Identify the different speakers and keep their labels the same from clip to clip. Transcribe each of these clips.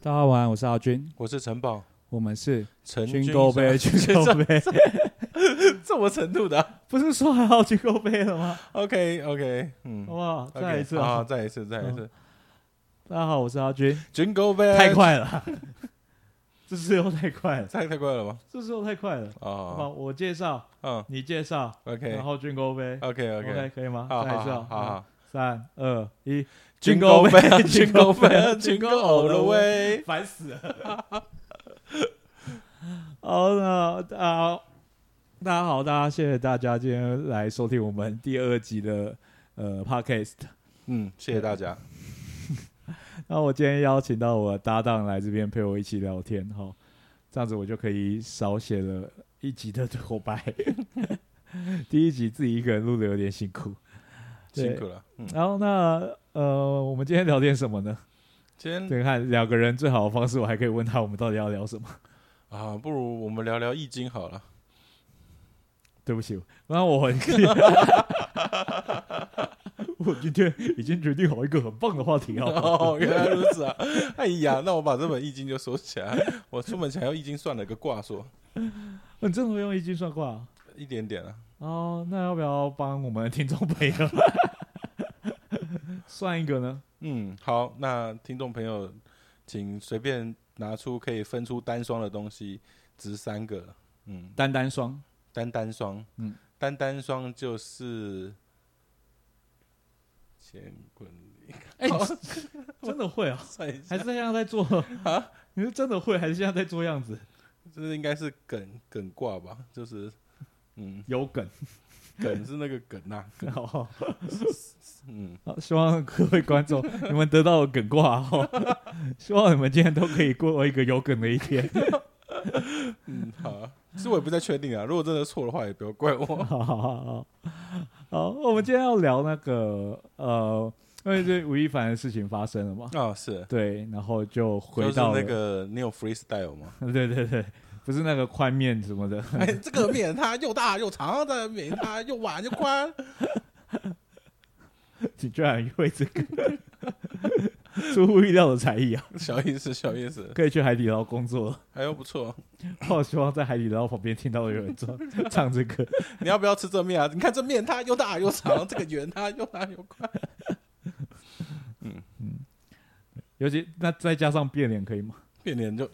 Speaker 1: 大家好，晚安，我是阿军，
Speaker 2: 我是城堡
Speaker 1: 我们是
Speaker 2: 陈
Speaker 1: 军
Speaker 2: 军
Speaker 1: 购 杯，
Speaker 2: 一
Speaker 1: 军
Speaker 2: 生
Speaker 1: 购杯，
Speaker 2: 这这么程度的啊、
Speaker 1: 不是说还要军购杯了吗？
Speaker 2: OK OK，嗯
Speaker 1: 好不好？
Speaker 2: ，OK，
Speaker 1: 哦再来一次
Speaker 2: 好，
Speaker 1: 啊！
Speaker 2: 再一次，再一次，
Speaker 1: 大家好，我是阿军，
Speaker 2: 军购 杯，
Speaker 1: 太，快了， 这次又太快了，
Speaker 2: 太太快了吧？
Speaker 1: 这次又太快了。好吧，
Speaker 2: 啊，
Speaker 1: 我介绍，
Speaker 2: 嗯
Speaker 1: 你介绍，
Speaker 2: ，OK
Speaker 1: 然后军购杯
Speaker 2: OK
Speaker 1: ，OK
Speaker 2: OK，
Speaker 1: 可以吗？
Speaker 2: 好
Speaker 1: 再来一
Speaker 2: 好
Speaker 1: 次
Speaker 2: 好
Speaker 1: 啊！
Speaker 2: 好，
Speaker 1: 三二一，
Speaker 2: 军购杯，
Speaker 1: 军
Speaker 2: 军
Speaker 1: 购
Speaker 2: 购
Speaker 1: 杯
Speaker 2: 杯，
Speaker 1: 军
Speaker 2: 军
Speaker 1: 购
Speaker 2: 购
Speaker 1: all
Speaker 2: all
Speaker 1: the
Speaker 2: the way，
Speaker 1: 烦死了。 好，那啊，大家好，大家谢谢大家今天来收听我们第二集的呃 podcast。
Speaker 2: 嗯，谢谢大家，
Speaker 1: 那我今天邀请到我的搭档来这边陪我一起聊天哈，这样子我就可以少写了一集的口白。 第一集自己一个人录的有点辛苦，对
Speaker 2: 辛苦了，嗯，
Speaker 1: 然后那呃，我们今天聊点什么呢？
Speaker 2: 今天
Speaker 1: 对，看两个人最好的方式，我还可以问他我们到底要聊什么。
Speaker 2: 啊，不如我们聊聊易经好了，
Speaker 1: 对不起，那我很 我今天已经决定好一个很棒的话题了。
Speaker 2: 哦，原来如此啊，哎呀，那我把这本易经就收起来，我出门前要易经算了个卦说，
Speaker 1: 你真的会用易经算卦啊、
Speaker 2: 一点点啊，
Speaker 1: 哦，那要不要帮我们的听众朋友 算一个呢？
Speaker 2: 嗯，好，那听众朋友，请随便拿出可以分出单双的东西，值三个。嗯，
Speaker 1: 单单双，
Speaker 2: 单单双，
Speaker 1: 嗯，
Speaker 2: 单单双就是乾坤离，
Speaker 1: 哎、 真的会啊？
Speaker 2: 算一下
Speaker 1: 还是现在在做啊？ 你是真的会，还是现在在做样子？
Speaker 2: 这应该是艮艮卦吧？就是，嗯，
Speaker 1: 有梗，
Speaker 2: 艮是那个艮呐、
Speaker 1: 好好
Speaker 2: 嗯，
Speaker 1: 好，希望各位观众你们得到梗挂哦， 希望你们今天都可以过一个有梗的一天。
Speaker 2: 嗯，好，其实我也不太确定啊。如果真的错的话，也不要怪我。
Speaker 1: 好好好好，好，我们今天要聊那个呃，因为这吴亦凡的事情发生了嘛，
Speaker 2: 啊、是，
Speaker 1: 对，然后就
Speaker 2: 就
Speaker 1: 回
Speaker 2: 是
Speaker 1: 到了
Speaker 2: 那，个你有 freestyle 吗？
Speaker 1: 对对对，不是那个宽面什么的，
Speaker 2: 哎，这个面它又大又长，这个面它又碗又宽。
Speaker 1: 你居然会这个出乎意料的才艺啊！
Speaker 2: 小意思，小意思，
Speaker 1: 可以去海底捞工作，
Speaker 2: 还有不错。
Speaker 1: 我希望在海底捞旁边听到有人唱唱这个。
Speaker 2: 你要不要吃这面啊？你看这面它又大又长，这个圆它又大又宽。
Speaker 1: 尤其那再加上变脸可以吗？
Speaker 2: 变脸就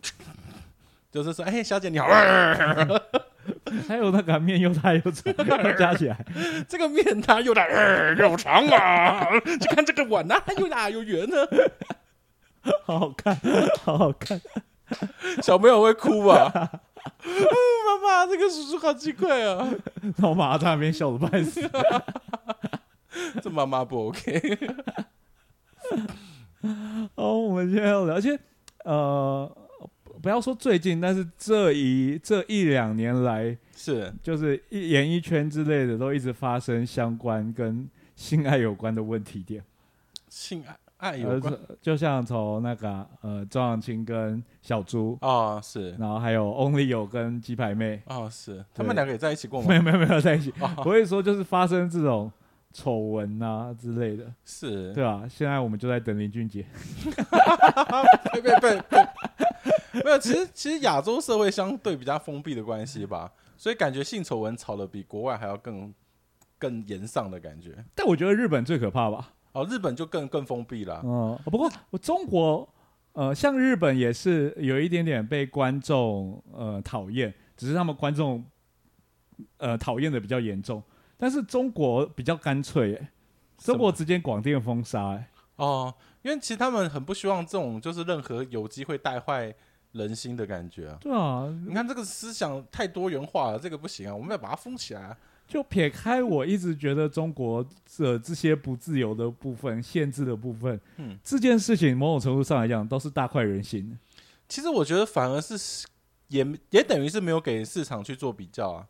Speaker 2: 就是说，哎、小姐你好，
Speaker 1: 还有那个面又大又长，要加起来，
Speaker 2: 这个面它又大又长啊，你看这个碗呢、它又大又圆呢、
Speaker 1: 好好看，好好看。
Speaker 2: 小朋友会哭吧？嗯，妈妈，这个叔叔好奇怪啊，
Speaker 1: 然后马上在那边笑的半死。
Speaker 2: 这妈妈不 OK。
Speaker 1: 哦，我们今天要聊，而且呃，不要说最近，但是这一这一两年来，
Speaker 2: 是，
Speaker 1: 就是一演艺圈之类的都一直发生相关跟性爱有关的问题点，
Speaker 2: 性爱爱有关
Speaker 1: 呃就像从那个啊呃周扬青跟小猪，
Speaker 2: 哦，是
Speaker 1: 然后还有 Only 有跟鸡排妹，
Speaker 2: 哦，是，他们两个也在一起过
Speaker 1: 没
Speaker 2: 吗？
Speaker 1: 有没有没有在一起，
Speaker 2: 哦
Speaker 1: 我会说就是发生这种丑闻啊之类的，
Speaker 2: 是，
Speaker 1: 对吧、现在我们就在等林俊杰，
Speaker 2: 被被被被，没有。其实其实亚洲社会相对比较封闭的关系吧，所以感觉性丑闻炒的比国外还要更更严上的感觉。
Speaker 1: 但我觉得日本最可怕吧。
Speaker 2: 哦，日本就更更封闭了。
Speaker 1: 哦，不过我中国呃，像日本也是有一点点被观众呃讨厌，只是他们观众呃讨厌的比较严重，但是中国比较干脆、欸，
Speaker 2: 什
Speaker 1: 中
Speaker 2: 么
Speaker 1: 国直接广电封杀、欸，
Speaker 2: 哦，因为其实他们很不希望这种就是任何有机会带坏人心的感觉啊。
Speaker 1: 对啊，
Speaker 2: 你看这个思想太多元化了，这个不行啊，我们要把它封起来啊。
Speaker 1: 就撇开我一直觉得中国这这些不自由的部分、限制的部分，
Speaker 2: 嗯
Speaker 1: 这件事情某种程度上来讲都是大快人心的。
Speaker 2: 其实我觉得反而是也也等于是没有给市场去做比较啊，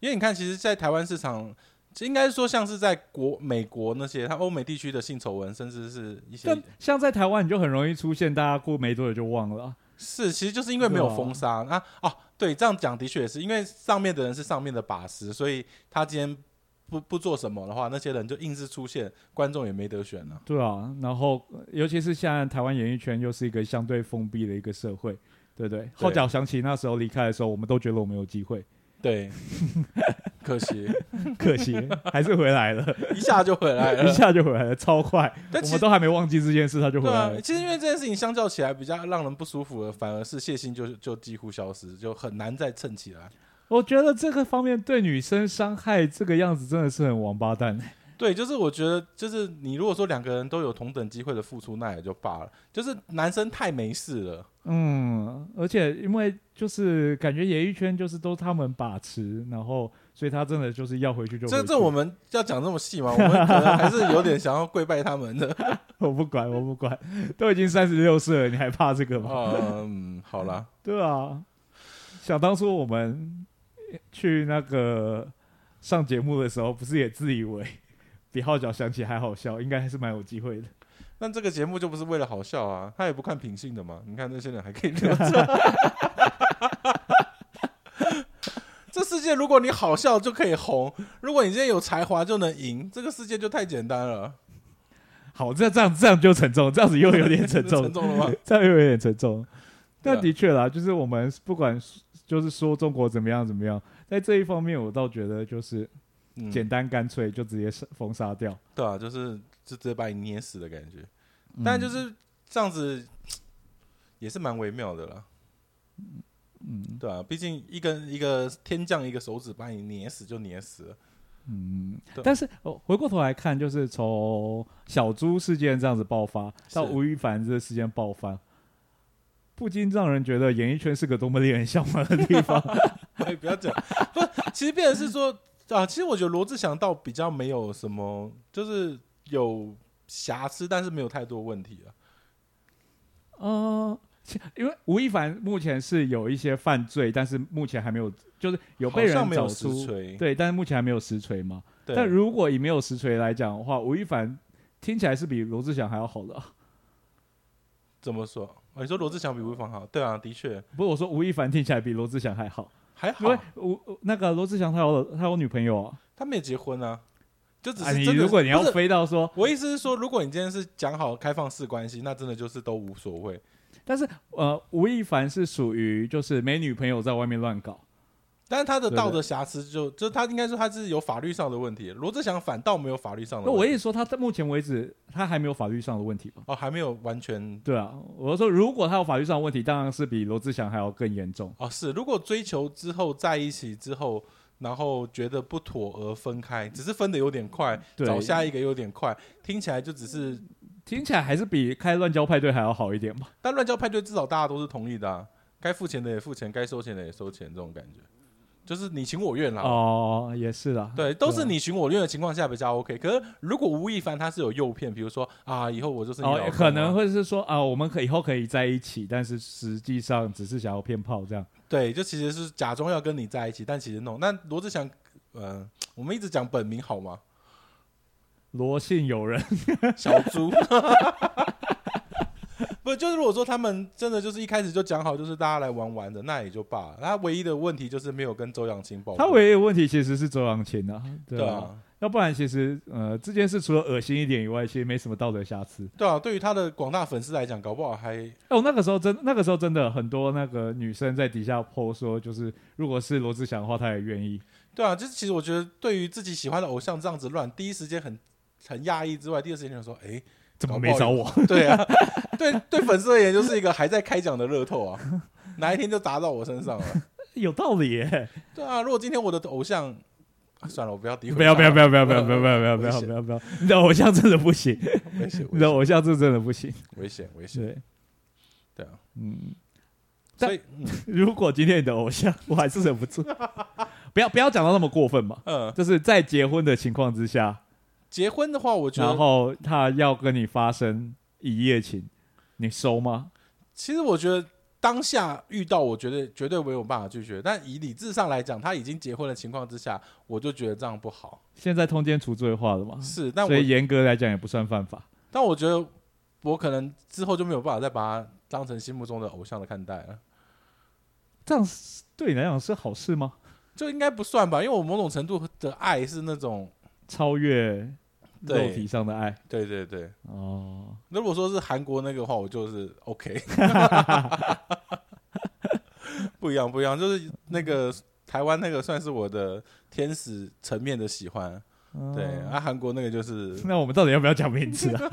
Speaker 2: 因为你看，其实，在台湾市场，应该说像是在国美国那些，它欧美地区的性丑闻，甚至是一些
Speaker 1: 但像在台湾，你就很容易出现大家过没多久就忘了啊、
Speaker 2: 是，其实就是因为没有封杀啊啊哦，对，这样讲的确也是，因为上面的人是上面的把式，所以他今天不不做什么的话，那些人就硬是出现，观众也没得选了、
Speaker 1: 对啊，然后呃尤其是现在台湾演艺圈又是一个相对封闭的一个社会，对不对？后脚想起那时候离开的时候，我们都觉得我们有机会，
Speaker 2: 对，可惜
Speaker 1: 可 惜还是回来了，
Speaker 2: 一下就回来
Speaker 1: 一
Speaker 2: 了。
Speaker 1: 下就回来了，超快。
Speaker 2: 但
Speaker 1: 我
Speaker 2: 其
Speaker 1: 们
Speaker 2: 实
Speaker 1: 都还没忘记这件事，他就回
Speaker 2: 对
Speaker 1: 来
Speaker 2: 啊
Speaker 1: 了，。
Speaker 2: 其实因为这件事情相较起来比较让人不舒服的，反而是谢欣就就几乎消失，就很难再蹭起来。
Speaker 1: 我觉得这个方面对女生伤害这个样子真的是很王八蛋。
Speaker 2: 对，就是我觉得，就是你如果说两个人都有同等机会的付出，那也就罢了。就是男生太没事了，
Speaker 1: 嗯，而且因为就是感觉演艺圈就是都他们把持，然后所以他真的就是要回去就回
Speaker 2: 这
Speaker 1: 去
Speaker 2: 这我们要讲这么细吗？我们可能还是有点想要跪拜他 们的。
Speaker 1: 我不管我不管，都已经三十六岁了，你还怕这个吗？
Speaker 2: 嗯，好啦，
Speaker 1: 对啊，想当初我们去那个上节目的时候，不是也自以为比号角响起还好笑，应该还是蛮有机会的。
Speaker 2: 但这个节目就不是为了好笑啊， 他也不看品性的嘛。你看那些人还可以留着。 这世界，如果你好笑就可以红，如果你今天有才华就能赢，这个世界就太简单了。
Speaker 1: 好，这这样这样就沉重，这样子又有点沉重
Speaker 2: 沉，重了吗？
Speaker 1: 这样又有点沉重。
Speaker 2: 对啊
Speaker 1: 但的确啦，就是我们不管就是说中国怎么样怎么样，在这一方面，我倒觉得就是
Speaker 2: 嗯，
Speaker 1: 简单干脆，就直接封杀掉。
Speaker 2: 对啊，就是就直接把你捏死的感觉。但就是这样子，也是蛮微妙的啦。
Speaker 1: 嗯
Speaker 2: 对啊，毕竟一根一个天降一个手指把你捏死就捏死了。
Speaker 1: 嗯
Speaker 2: 对，
Speaker 1: 但是哦，回过头来看，就是从小猪事件这样子爆发，
Speaker 2: 是
Speaker 1: 到吴亦凡这个事件爆发，不禁让人觉得演艺圈是个多么令人向往的地 方。
Speaker 2: 哎，不要讲，不是，其实变成是说啊，其实我觉得罗志祥倒比较没有什么，就是有瑕疵，但是没有太多问题啊。
Speaker 1: 嗯，其因为吴亦凡目前是有一些犯罪，但是目前还没有，就是有被
Speaker 2: 好
Speaker 1: 人
Speaker 2: 像没
Speaker 1: 找
Speaker 2: 有实
Speaker 1: 出，
Speaker 2: 锤，
Speaker 1: 对，但是目前还没有实锤嘛。
Speaker 2: 对，
Speaker 1: 但如果以没有实锤来讲的话，吴亦凡听起来是比罗志祥还要好的啊、
Speaker 2: 怎么说？哦你说罗志祥比吴亦凡好？对啊，的确
Speaker 1: 不是我说吴亦凡听起来比罗志祥还好，
Speaker 2: 还
Speaker 1: 因为
Speaker 2: 好，
Speaker 1: 吴那个罗志祥他有他有女朋友啊。
Speaker 2: 他们也结婚啊，就只
Speaker 1: 啊，
Speaker 2: 是
Speaker 1: 你
Speaker 2: 真的
Speaker 1: 如果你要
Speaker 2: 不是
Speaker 1: 飞到说，
Speaker 2: 我意思是说，如果你今天是讲好开放式关系，那真的就是都无所谓。
Speaker 1: 但是呃，吴亦凡是属于就是没女朋友在外面乱搞，
Speaker 2: 但是他的
Speaker 1: 对
Speaker 2: 道德瑕疵就就他应该说他是有法律上的问题，罗志祥反倒没有法律上的
Speaker 1: 那
Speaker 2: 问题。
Speaker 1: 我也说他到目前为止他还没有法律上的问题吧？
Speaker 2: 哦还没有完全
Speaker 1: 对啊，我说如果他有法律上的问题，当然是比罗志祥还要更严重。
Speaker 2: 哦是，如果追求之后在一起之后，然后觉得不妥而分开，只是分的有点快，
Speaker 1: 嗯对
Speaker 2: 找下一个有点快，听起来就只是。
Speaker 1: 听起来还是比开乱交派对还要好一点嘛？
Speaker 2: 但乱交派对至少大家都是同意的、啊，该付钱的也付钱，该收钱的也收钱，这种感觉就是你情我愿啦。
Speaker 1: 哦，也是啦，
Speaker 2: 对，都是
Speaker 1: 啊。
Speaker 2: 你情我愿的情况下比较 OK。可是如果吴亦凡他是有诱骗，比如说啊，以后我就是你老公啊、
Speaker 1: 哦，可能会是说啊，我们可以后可以在一起，但是实际上只是想要骗炮这样。
Speaker 2: 对，就其实是假装要跟你在一起，但其实弄。那罗志祥，呃，我们一直讲本名好吗？
Speaker 1: 罗姓友人，
Speaker 2: 小猪。 不，就是如果说他们真的就是一开始就讲好，就是大家来玩玩的，那也就罢了。他唯一的问题就是没有跟周扬青报。
Speaker 1: 他唯一的问题其实是周扬青啊，对
Speaker 2: 哦对
Speaker 1: 啊，
Speaker 2: 啊，
Speaker 1: 要不然其实呃这件事除了恶心一点以外，其实没什么道德瑕疵。
Speaker 2: 对啊，对于他的广大粉丝来讲，搞不好还
Speaker 1: 哦，那个时候真那个时候真的很多那个女生在底下 PO 说，就是如果是罗志祥的话，她也愿意。
Speaker 2: 对啊，就是其实我觉得对于自己喜欢的偶像这样子乱，第一时间很很讶异之外，第二时间就说，哎、
Speaker 1: 怎么没找我？
Speaker 2: 对啊， 对对粉丝而言就是一个还在开奖的乐透啊，哪一天就砸到我身上了。
Speaker 1: 有道理耶！
Speaker 2: 对啊，如果今天我的偶像，啊算了，我不要诋毁他，
Speaker 1: 不要不要不
Speaker 2: 要，
Speaker 1: 要不要不要不要不要不要不要不要！你的偶像真的不行，
Speaker 2: 危险
Speaker 1: 你的偶像是真的不行。
Speaker 2: 危险危险，
Speaker 1: 对，
Speaker 2: 对啊，
Speaker 1: 嗯，但
Speaker 2: 所以嗯
Speaker 1: 如果今天你的偶像，我还是忍不住，不要不要讲到那么过分嘛。
Speaker 2: 嗯，
Speaker 1: 就是在结婚的情况之下，
Speaker 2: 结婚的话，我觉
Speaker 1: 然
Speaker 2: 得
Speaker 1: 后他要跟你发生一夜情，你收吗？
Speaker 2: 其实我觉得。当下遇到，我觉得绝对没有办法拒绝。但以理智上来讲，他已经结婚的情况之下，我就觉得这样不好。
Speaker 1: 现在通奸除罪化了嘛，
Speaker 2: 是，但我
Speaker 1: 所以严格来讲也不算犯法。
Speaker 2: 但我觉得我可能之后就没有办法再把他当成心目中的偶像的看待了，
Speaker 1: 这样是对你来讲是好事吗？
Speaker 2: 就应该不算吧，因为我某种程度的爱是那种
Speaker 1: 超越肉
Speaker 2: 对
Speaker 1: 体上的爱
Speaker 2: 对对对，
Speaker 1: 哦。
Speaker 2: 如果说是韩国那个的话，我就是 OK。不一样，不一样，就是那个台湾那个算是我的天使层面的喜欢，对，
Speaker 1: 嗯
Speaker 2: 啊，韩国那 个就是
Speaker 1: 那我们到底要不要讲名字啊？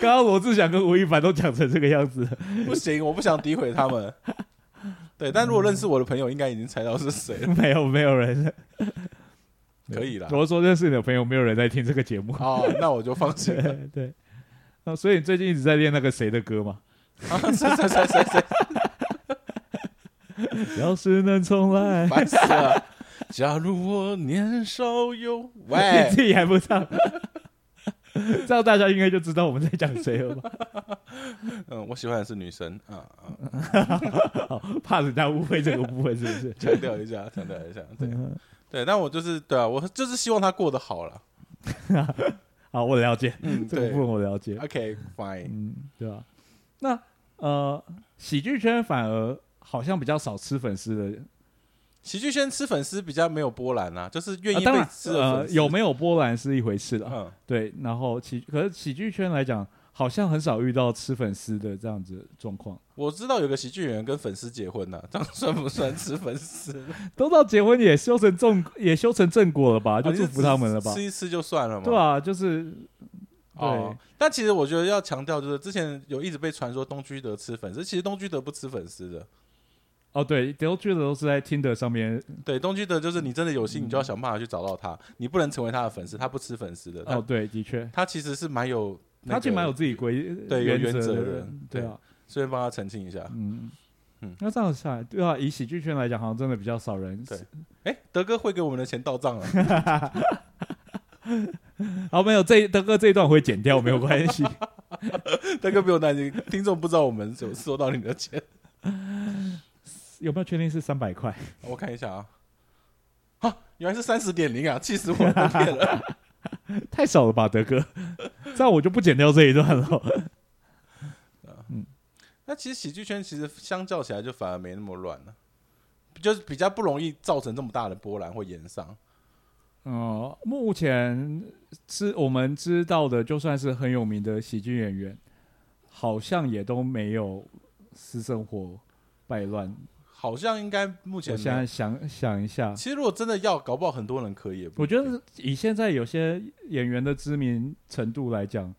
Speaker 1: 刚刚罗志祥跟吴亦凡都讲成这个样子，
Speaker 2: 不行，我不想诋毁他们。对，但如果认识我的朋友，应该已经猜到是谁了，
Speaker 1: 没有没有人。
Speaker 2: 可以啦。
Speaker 1: 我是说认识你的朋友，没有人在听这个节目。
Speaker 2: 哦，那我就放心 了。
Speaker 1: 对对，那所以你最近一直在练那个谁的歌 嘛？
Speaker 2: 啊，谁谁谁谁谁，
Speaker 1: 要是能重来，
Speaker 2: 烦死了！假如我年少有
Speaker 1: 你
Speaker 2: 为，
Speaker 1: 自己还不唱， 这样大家应该就知道我们在讲谁了吧？
Speaker 2: 嗯，我喜欢的是女神啊啊，
Speaker 1: 好怕人家误会这个部分是不是？
Speaker 2: 强调一下，强调一下，对
Speaker 1: 嗯
Speaker 2: 对，但我就是对啊，我就是希望她过得好了。
Speaker 1: 好，我了解，
Speaker 2: 嗯，
Speaker 1: 这个
Speaker 2: 对
Speaker 1: 部分我了解。
Speaker 2: ，OK fine，
Speaker 1: 嗯，对吧？那呃，喜剧圈反而好像比较少吃粉丝的
Speaker 2: 喜剧圈吃粉丝比较没有波澜啊，就是愿
Speaker 1: 啊
Speaker 2: 意
Speaker 1: 当
Speaker 2: 被
Speaker 1: 然
Speaker 2: 吃的粉丝
Speaker 1: 有没有波澜是一回事了，
Speaker 2: 嗯，
Speaker 1: 对。然后喜可是喜剧圈来讲，好像很少遇到吃粉丝的这样子的状况，
Speaker 2: 我知道有个喜剧演员跟粉丝结婚呢、这样算不算吃 粉丝？
Speaker 1: 都到结婚也修成正也修成正果了吧，就
Speaker 2: 啊
Speaker 1: 祝福他们了吧，
Speaker 2: 吃一吃就算了嘛。
Speaker 1: 对啊，就是
Speaker 2: 哦
Speaker 1: 对，
Speaker 2: 但其实我觉得要强调，就是之前有一直被传说东居德吃粉丝，其实东居德不吃粉丝的。
Speaker 1: 哦对，都觉得都是在听的上面
Speaker 2: 对，东居德就是你真的有心，你就要想办法去找到他，你不能成为他的粉丝，他不吃粉丝的。他、
Speaker 1: 哦对，的确，
Speaker 2: 他其实是蛮有、呃那
Speaker 1: 他其实
Speaker 2: 个
Speaker 1: 蛮有，自己规呃
Speaker 2: 对有原
Speaker 1: 则的
Speaker 2: 则的
Speaker 1: 人
Speaker 2: 人，
Speaker 1: 对
Speaker 2: 对
Speaker 1: 啊，
Speaker 2: 顺便帮他澄清一下。
Speaker 1: 嗯
Speaker 2: 嗯。
Speaker 1: 那这样下来，对啊，以喜剧圈来讲，好像真的比较少人。
Speaker 2: 对哎、德哥会给我们的钱到账了，啊
Speaker 1: 好，没有这德哥这一段我会剪掉，没有关系。
Speaker 2: 德哥不用担心，听众不知道我们有收到你的钱。
Speaker 1: 有没有确定是三百块？
Speaker 2: 我看一下啊，啊，原来是三十点零啊，气死我了，被骗了。
Speaker 1: 太少了吧，德哥？ 这样我就不剪掉这一段了。
Speaker 2: 那其实喜剧圈其实相较起来就反而没那么乱了、就是比较不容易造成这么大的波澜或延上。
Speaker 1: 哦、目前知我们知道的，就算是很有名的喜剧演员，好像也都没有私生活败乱。
Speaker 2: 好像应该目
Speaker 1: 我
Speaker 2: 前
Speaker 1: 现在
Speaker 2: 没
Speaker 1: 想想一下
Speaker 2: 有，其实如果真的要，搞不好很多人可以也不
Speaker 1: 我
Speaker 2: 一定。
Speaker 1: 觉得以现在有些演员的知名程度来讲，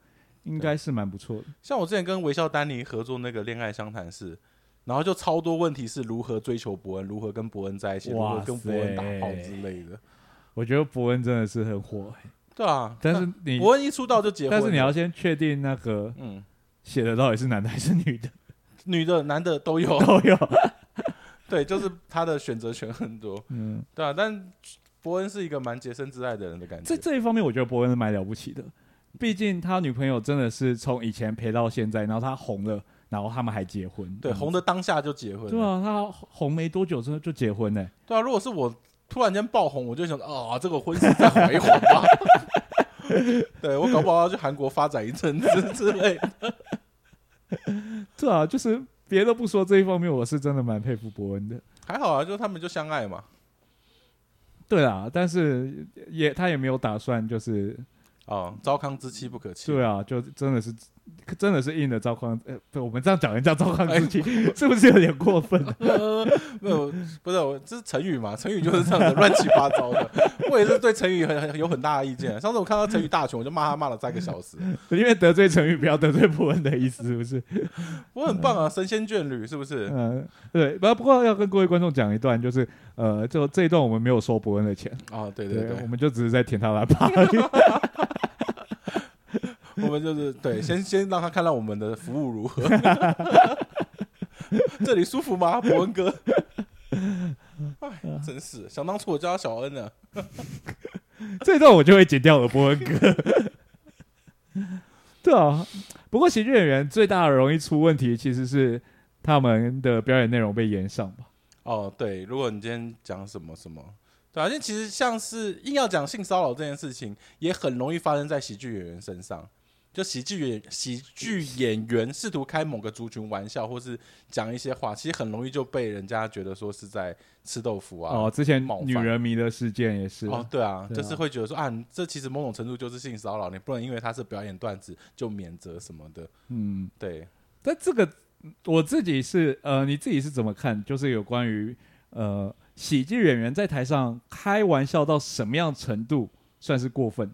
Speaker 1: 应该是蛮不错的。
Speaker 2: 像我之前跟微笑丹尼合作那个《恋爱相谈室》，然后就超多问题是如何追求伯恩，如何跟伯恩在一起，如
Speaker 1: 哇
Speaker 2: 何跟伯恩打炮
Speaker 1: 塞
Speaker 2: 之类的。
Speaker 1: 我觉得伯恩真的是很火、 欸
Speaker 2: 对啊，
Speaker 1: 但是
Speaker 2: 那
Speaker 1: 你，
Speaker 2: 伯恩一出道就结婚了，
Speaker 1: 但是你要先确定那个
Speaker 2: 嗯，
Speaker 1: 写的到底是男的还是女的
Speaker 2: 女的男的都 有，
Speaker 1: 都 有。
Speaker 2: 对，就是他的选择权很多。
Speaker 1: 嗯，
Speaker 2: 对啊，但伯恩是一个蛮洁身自爱的人的感觉。
Speaker 1: 这这一方面，我觉得伯恩是蛮了不起的。毕竟他女朋友真的是从以前陪到现在，然后他红了，然后他们还结婚。
Speaker 2: 对
Speaker 1: 嗯
Speaker 2: 红的当下就结婚了，
Speaker 1: 对啊，他红没多久之后就结婚呢、
Speaker 2: 对啊，如果是我突然间爆红，我就想啊、这个婚事再缓一缓吧。 对我搞不好要去韩国发展一阵子之类的。
Speaker 1: 对啊，就是别的不说，这一方面我是真的蛮佩服伯恩的。
Speaker 2: 还好啊，就他们就相爱嘛。
Speaker 1: 对啊，但是也他也没有打算，就是
Speaker 2: 哦，糟糠之妻不可弃。
Speaker 1: 对啊，就真的是真的是硬的赵匡。呃，不我们这样讲人家赵匡自己、
Speaker 2: 哎
Speaker 1: 是不是有点过分、啊？
Speaker 2: 呃， 没有，不是，我这是成语嘛？成语就是这样的，乱七八糟的。 我也是对成语很很有很大的意见。上次我看到成语大全，我就骂他骂了三个小时。
Speaker 1: 因为得罪成语，不要得罪伯恩的意思，是不 是？
Speaker 2: 我很棒啊，神仙眷侣是不是？
Speaker 1: 嗯，对，不不过要跟各位观众讲一段，就是呃，就这一段我们没有收伯恩的钱，
Speaker 2: 啊，对对对
Speaker 1: 我，们就只是在舔他的巴而已。
Speaker 2: 我们就是对，先先让他看到我们的服务如何。 这里舒服吗，伯 恩哥？哎，真是，想当初我叫他小恩呢、啊
Speaker 1: 这一段我就会剪掉了，伯恩哥。 对啊，不过喜剧演员最大的容易出问题，其实是他们的表演内容被延上吧。
Speaker 2: 哦，对，如果你今天讲什么什么，对啊，因为其实像是硬要讲性骚扰这件事情，也很容易发生在喜剧演员身上。就喜剧演喜剧演员试图开某个族群玩笑，或是讲一些话，其实很容易就被人家觉得说是在吃豆腐啊。
Speaker 1: 哦，之前
Speaker 2: 冒犯
Speaker 1: 女人迷的事件也是，
Speaker 2: 哦，对啊，
Speaker 1: 对啊
Speaker 2: 就是会觉得说啊，你这其实某种程度就是性骚扰，你不能因为他是表演段子就免责什么的。
Speaker 1: 嗯，
Speaker 2: 对，
Speaker 1: 但这个我自己是呃，你自己是怎么看？就是有关于呃，喜剧演员在台上开玩笑到什么样程度算是过分？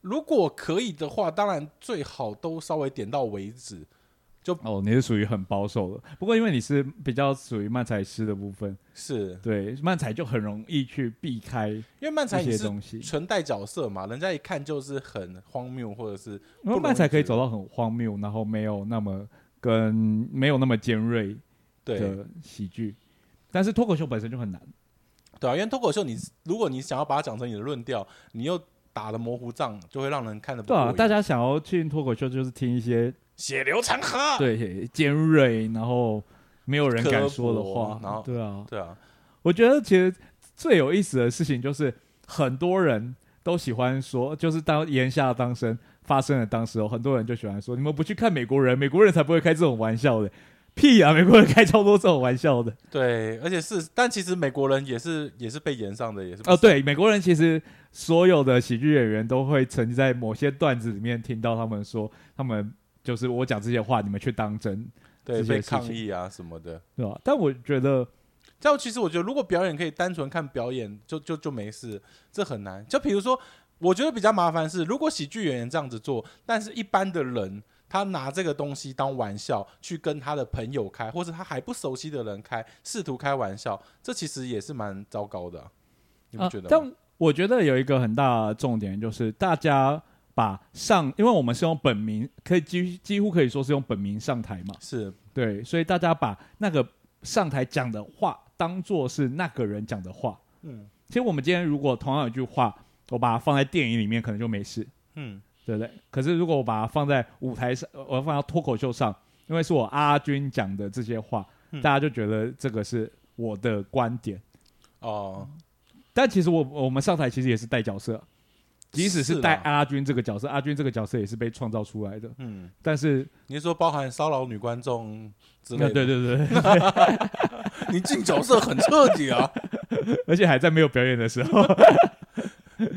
Speaker 2: 如果可以的话，当然最好都稍微点到为止。
Speaker 1: 哦，你是属于很保守的，不过因为你是比较属于漫才师的部分，
Speaker 2: 是
Speaker 1: 对，漫才就很容易去避开一
Speaker 2: 因为漫才也
Speaker 1: 些
Speaker 2: 是
Speaker 1: 东西，
Speaker 2: 纯带角色嘛，人家一看就是很荒谬，或者是
Speaker 1: 因为漫才可以走到很荒谬，然后没有那么跟没有那么尖锐
Speaker 2: 对
Speaker 1: 的喜剧，但是脱口秀本身就很难。
Speaker 2: 对啊，因为脱口秀你如果你想要把它讲成你的论调，你又打了模糊仗，就会让人看得不
Speaker 1: 对
Speaker 2: 过
Speaker 1: 啊，
Speaker 2: 瘾
Speaker 1: 大家想要去脱口秀，就是听一些
Speaker 2: 血流成
Speaker 1: 啊
Speaker 2: 河。
Speaker 1: 对尖锐，然后没有人敢说的
Speaker 2: 刻
Speaker 1: 话
Speaker 2: 薄。然后
Speaker 1: 对啊，
Speaker 2: 对啊，
Speaker 1: 我觉得其实最有意思的事情就是，很多人都喜欢说，就是当言下当生发生了当时哦，很多人就喜欢说，你们不去看美国人，美国人才不会开这种玩笑的。屁啊！美 国人开超多这种玩笑的
Speaker 2: 对，而且是，但其实美国人也是也是被延上的，也是不
Speaker 1: 哦。对，美国人其实所有的喜剧演员都会曾经在某些段子里面听到他们说，他们就是我讲这些话，你们去当真，
Speaker 2: 对
Speaker 1: 这些
Speaker 2: 被
Speaker 1: 事情
Speaker 2: 抗议啊什么的。
Speaker 1: 对吧？但我觉得
Speaker 2: 这样其实我觉得，如果表演可以单纯看表演，就就就没事，这很难。就比如说，我觉得比较麻烦是，如果喜剧演员这样子做，但是一般的人他拿这个东西当玩笑去跟他的朋友开，或者他还不熟悉的人开，试图开玩笑，这其实也是蛮糟糕的啊、你不
Speaker 1: 啊，
Speaker 2: 觉得吗？
Speaker 1: 但我觉得有一个很大的重点就是，大家把上，因为我们是用本名，可以几几乎可以说是用本名上台嘛，
Speaker 2: 是
Speaker 1: 对，所以大家把那个上台讲的话当做是那个人讲的话。
Speaker 2: 嗯
Speaker 1: 其实我们今天如果同样有一句话，我把它放在电影里面，可能就没事，
Speaker 2: 嗯，
Speaker 1: 对不对？可是如果我把它放在舞台上，我要放到脱口秀上，因为是我阿军讲的这些话，
Speaker 2: 嗯
Speaker 1: 大家就觉得这个是我的观点。
Speaker 2: 哦、
Speaker 1: 但其实我我们上台其实也是带角色，即使是带
Speaker 2: 是
Speaker 1: 阿军这个角色，阿军这个角色也是被创造出来的。
Speaker 2: 嗯，
Speaker 1: 但是，呃
Speaker 2: 你是说包含骚扰女观众之类
Speaker 1: 对
Speaker 2: 的，
Speaker 1: 对对，对
Speaker 2: 你进角色很彻底啊，
Speaker 1: 而且还在没有表演的时 候，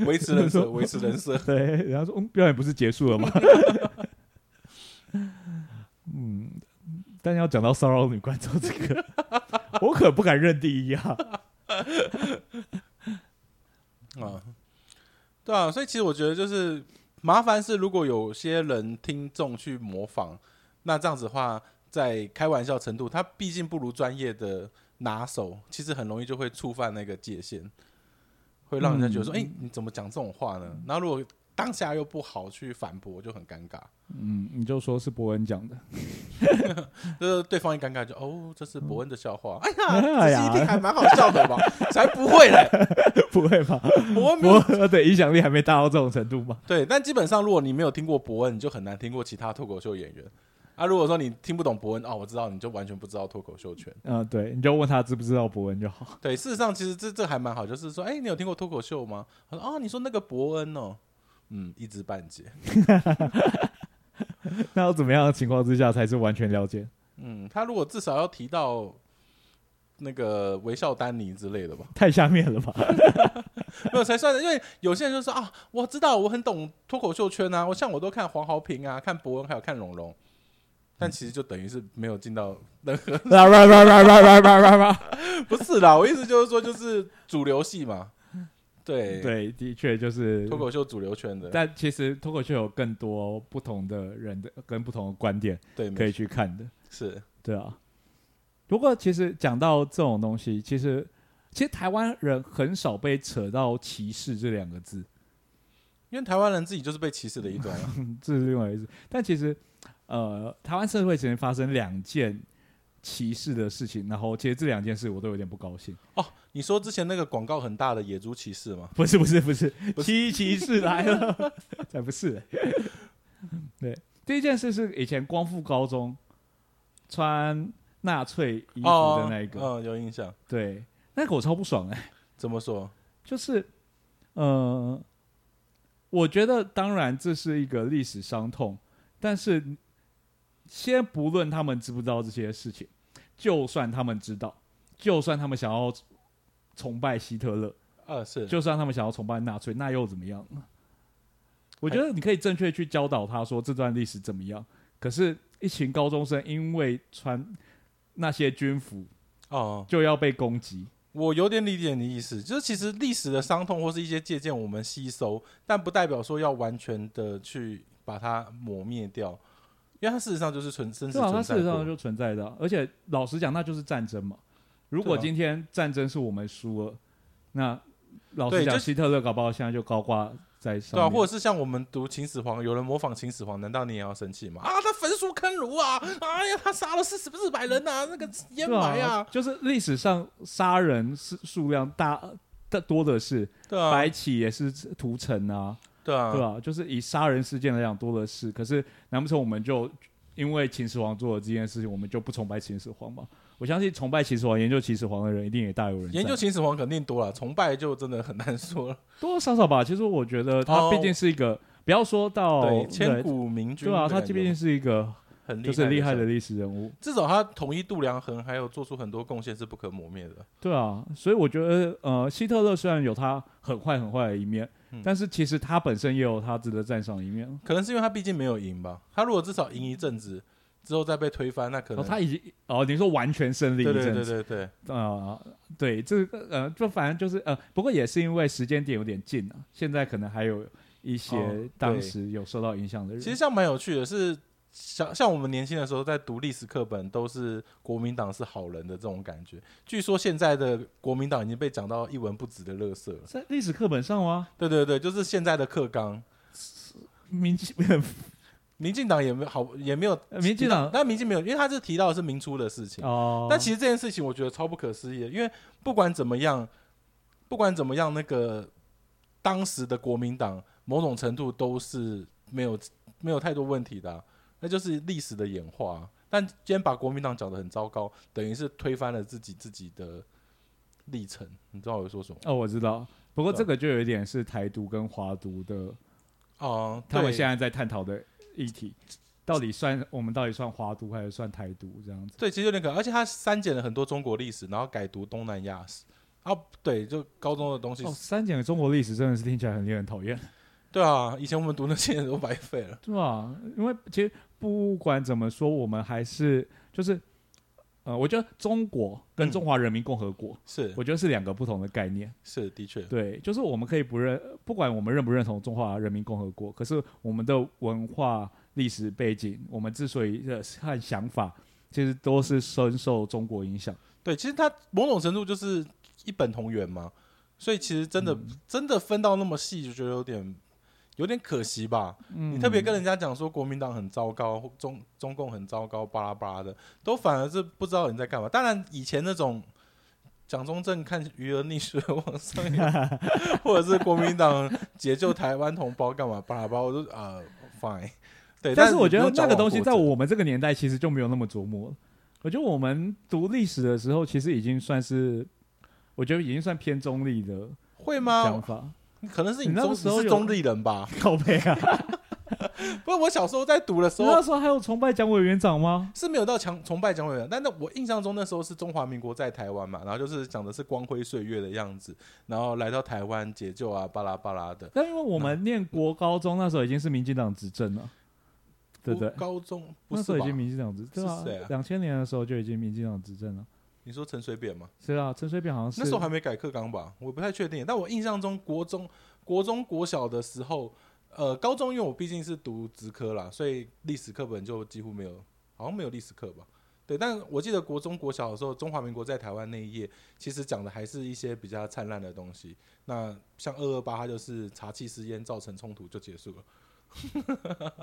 Speaker 2: 维持人设，维持人设，
Speaker 1: 对，然后说，嗯，表演不是结束了吗？ 嗯，但要讲到骚扰女观众这个， 我可不敢认第一啊。嗯
Speaker 2: 啊，对啊，所以其实我觉得就是麻烦是，如果有些人听众去模仿，那这样子的话，在开玩笑程度，他毕竟不如专业的拿手，其实很容易就会触犯那个界限，会让人家觉得说，
Speaker 1: 嗯
Speaker 2: 哎、你怎么讲这种话呢？然后如果当下又不好去反驳，就很尴尬。
Speaker 1: 嗯，你就说是伯恩讲 的，
Speaker 2: 就是对方一尴尬就哦，这是伯恩的笑话，哎
Speaker 1: 哎
Speaker 2: 呀，
Speaker 1: 呀
Speaker 2: 这是一定还蛮好笑的吧？才不会嘞，
Speaker 1: 不会吧？
Speaker 2: 伯恩没有
Speaker 1: 伯恩的影响力还没大到这种程度吗？
Speaker 2: 对，但基本上如果你没有听过伯恩，你就很难听过其他脱口秀演员。啊，如果说你听不懂伯恩，哦，我知道，你就完全不知道脱口秀圈。
Speaker 1: 嗯、对，你就问他知不知道伯恩就好。
Speaker 2: 对，事实上其实这这还蛮好，就是说，哎、你有听过脱口秀吗？他说，哦，你说那个伯恩哦，嗯，一知半解，
Speaker 1: 那要怎么样的情况之下才是完全了解？
Speaker 2: 嗯，他如果至少要提到那个微笑丹尼之类的吧，
Speaker 1: 太下面了吧？
Speaker 2: 没有才算的，因为有些人就说啊，我知道，我很懂脱口秀圈啊，我像我都看黄豪平啊，看伯恩，还有看龙龙，但其实就等于是没有进到任何
Speaker 1: 啦啦啦啦啦啦啦啦啦！
Speaker 2: 不是啦，我意思就是说，就是主流系嘛， 对，
Speaker 1: 对，的确就是
Speaker 2: 脱。口秀主流圈的，
Speaker 1: 但其实脱口秀有更多不同的人的跟不同的观点
Speaker 2: 对，
Speaker 1: 可
Speaker 2: 没
Speaker 1: 以去看的，
Speaker 2: 是，
Speaker 1: 对啊。不过其实讲到这种东西，其实其实台湾人很少被扯到歧视这两个字，
Speaker 2: 因为台湾人自己就是被歧视的 一端啊，
Speaker 1: 嗯这是另外一回事。但其实呃，台湾社会曾经发生两件歧视的事情，然后其实这两件事我都有点不高兴。
Speaker 2: 哦，你说之前那个广告很大的野猪骑士吗？
Speaker 1: 不是不是不是，
Speaker 2: 不是
Speaker 1: 七骑士来 了，才不是、 对，第一件事是以前光复高中穿纳粹衣服的那一个，
Speaker 2: 哦嗯，有印象。
Speaker 1: 对，欸那个我超不爽哎、
Speaker 2: 怎么说？
Speaker 1: 就是呃，我觉得当然这是一个历史伤痛，但是先不论他们知不知道这些事情，就算他们知道，就算他们想要崇拜希特勒，
Speaker 2: 呃，是，
Speaker 1: 就算他们想要崇拜纳粹，那又怎么样呢？
Speaker 2: 哎
Speaker 1: 我觉得你可以正确去教导他说这段历史怎么样。可是，一群高中生因为穿那些军服
Speaker 2: 哦，
Speaker 1: 就要被攻击，
Speaker 2: 我有点理解你的意思，就是其实历史的伤痛或是一些借鉴，我们吸收，但不代表说要完全的去把它抹灭掉，因为它事实上就是存真实
Speaker 1: 对啊，它
Speaker 2: 存
Speaker 1: 事
Speaker 2: 在
Speaker 1: 实上
Speaker 2: 过。
Speaker 1: 就存在的啊。而且老实讲，那就是战争嘛。如果
Speaker 2: 对啊
Speaker 1: 今天战争是我们输了，那老实
Speaker 2: 对
Speaker 1: 讲，
Speaker 2: 就
Speaker 1: 希特勒搞不好现在就高挂在上
Speaker 2: 对啊，
Speaker 1: 面，
Speaker 2: 或者是像我们读秦始皇，有人模仿秦始皇，难道你也要生气吗？啊，他焚书坑儒啊！哎呀，他杀了四十四百人啊，那个
Speaker 1: 对
Speaker 2: 掩埋啊！
Speaker 1: 就是历史上杀人是数量大大多的是，
Speaker 2: 对啊，
Speaker 1: 白起也是屠城啊，
Speaker 2: 对啊，
Speaker 1: 对吧、就是以杀人事件来讲，多的是。可是难不成我们就因为秦始皇做了这件事情，我们就不崇拜秦始皇吗？我相信崇拜秦始皇、研究秦始皇的人，一定也大有人在
Speaker 2: 研究秦始皇肯定多了，崇拜就真的很难说了。
Speaker 1: 多多少少吧。其实我觉得他毕竟是一个，不要说到
Speaker 2: 哦对，千古明君
Speaker 1: 哦对啊，
Speaker 2: 的
Speaker 1: 他
Speaker 2: 感觉
Speaker 1: 毕竟是一个
Speaker 2: 很
Speaker 1: 就是很厉害
Speaker 2: 的
Speaker 1: 的
Speaker 2: 人，
Speaker 1: 历史人物，
Speaker 2: 至少他统一度量衡，还有做出很多贡献是不可磨灭的。
Speaker 1: 对啊。所以我觉得，呃，希特勒虽然有他很坏很坏的一面，
Speaker 2: 嗯
Speaker 1: 但是其实他本身也有他值得赞赏的一面。
Speaker 2: 可能是因为他毕竟没有赢吧，他如果至少赢一阵子之后再被推翻，那可
Speaker 1: 然后
Speaker 2: 能、
Speaker 1: 他已经哦，你说完全胜利一
Speaker 2: 对
Speaker 1: 阵
Speaker 2: 对
Speaker 1: 子
Speaker 2: 对，对对，
Speaker 1: 啊、对，这个呃，就反正就是呃，不过也是因为时间点有点近啊，现在可能还有一些
Speaker 2: 哦
Speaker 1: 当
Speaker 2: 对
Speaker 1: 时有受到影响的人。
Speaker 2: 其实像蛮有趣的是。像像我们年轻的时候，在读历史课本，都是国民党是好人的这种感觉。据说现在的国民党已经被讲到一文不值的垃圾了。
Speaker 1: 在历史课本上吗？
Speaker 2: 对对对，就是现在的课纲，
Speaker 1: 民 进
Speaker 2: 民进党也没有好，也没有
Speaker 1: 呃民进党
Speaker 2: 但民进没有，因为他是提到的是明初的事情。
Speaker 1: 哦，
Speaker 2: 但其实这件事情我觉得超不可思议的，因为不管怎么样，不管怎么样，那个当时的国民党某种程度都是没有没有太多问题的啊、那就是历史的演化啊。但今天把国民党讲得很糟糕，等于是推翻了自己自己的历程。你知道我在说什么？
Speaker 1: 哦，我知道，不过
Speaker 2: 对啊
Speaker 1: 这个就有一点是台独跟华独的，
Speaker 2: 哦、
Speaker 1: 他们
Speaker 2: 对
Speaker 1: 现在在探讨的议题，到底算我们到底算华独还是算台独这样子？
Speaker 2: 对，其实有点可，而且他删减了很多中国历史，然后改读东南亚史。啊，对，就高中的东西，
Speaker 1: 哦，三讲中国历史真的是听起来很令人讨厌。
Speaker 2: 对啊，以前我们读那些都白费了。
Speaker 1: 对啊，因为其实不管怎么说，我们还是就是，呃，我觉得中国跟
Speaker 2: 嗯
Speaker 1: 中华人民共和国，
Speaker 2: 是
Speaker 1: 我觉得是两个不同的概念。
Speaker 2: 是，的确，
Speaker 1: 对，就是我们可以不认，不管我们认不认同中华人民共和国，可是我们的文化历史背景，我们之所以呃和想法，其实都是深受中国影响。
Speaker 2: 对，其实它某种程度就是一本同源嘛，所以其实真的、
Speaker 1: 嗯
Speaker 2: 真的分到那么细，就觉得有点有点可惜吧。
Speaker 1: 嗯
Speaker 2: 你特别跟人家讲说国民党很糟糕，或中中共很糟糕，巴拉巴拉的，都反而是不知道你在干嘛。当然，以前那种蒋中正看余额逆水往上扬， 或者是国民党解救台湾同胞干嘛巴拉巴拉，我都呃 fine。对，
Speaker 1: 但
Speaker 2: 但
Speaker 1: 是我觉得那个东西在
Speaker 2: 我。
Speaker 1: 我们这个年代其实就没有那么琢磨了。我觉得我们读历史的时候，其实已经算是，我觉得已经算偏中立的
Speaker 2: 会
Speaker 1: 想
Speaker 2: 吗？
Speaker 1: 法。
Speaker 2: 可能是你
Speaker 1: 你那
Speaker 2: 中
Speaker 1: 个时候
Speaker 2: 你是
Speaker 1: 有
Speaker 2: 中立人吧？
Speaker 1: 靠背 啊！
Speaker 2: 不是，我小时候在读的时
Speaker 1: 你
Speaker 2: 候，
Speaker 1: 那时候还有崇拜蒋委员长吗？
Speaker 2: 是没有到强崇拜蒋委员，但那我印象中那时候是中华民国在台湾嘛，然后就是讲的是光辉岁月的样子，然后来到台湾解救啊，巴拉巴拉的，
Speaker 1: 但因为我们念国高中那时候已经是民进党执政了，对不对
Speaker 2: 不？高中不
Speaker 1: 那时候已
Speaker 2: 是吧
Speaker 1: 经？民进党执，对
Speaker 2: 是谁啊
Speaker 1: 啊，两千年的时候就已经民进党执政了。
Speaker 2: 你说陈水扁吗？
Speaker 1: 是啊，陈水扁好像是
Speaker 2: 那时候还没改课纲吧？我不太确定，但我印象中国中、国中、国小的时候，呃，高中因为我毕竟是读职科啦，所以历史课本就几乎没有，好像没有历史课吧。对，但我记得国中、国小的时候，中华民国在台湾那一页，其实讲的还是一些比较灿烂的东西。那像二二八，它就是茶气私烟造成冲突就结束了。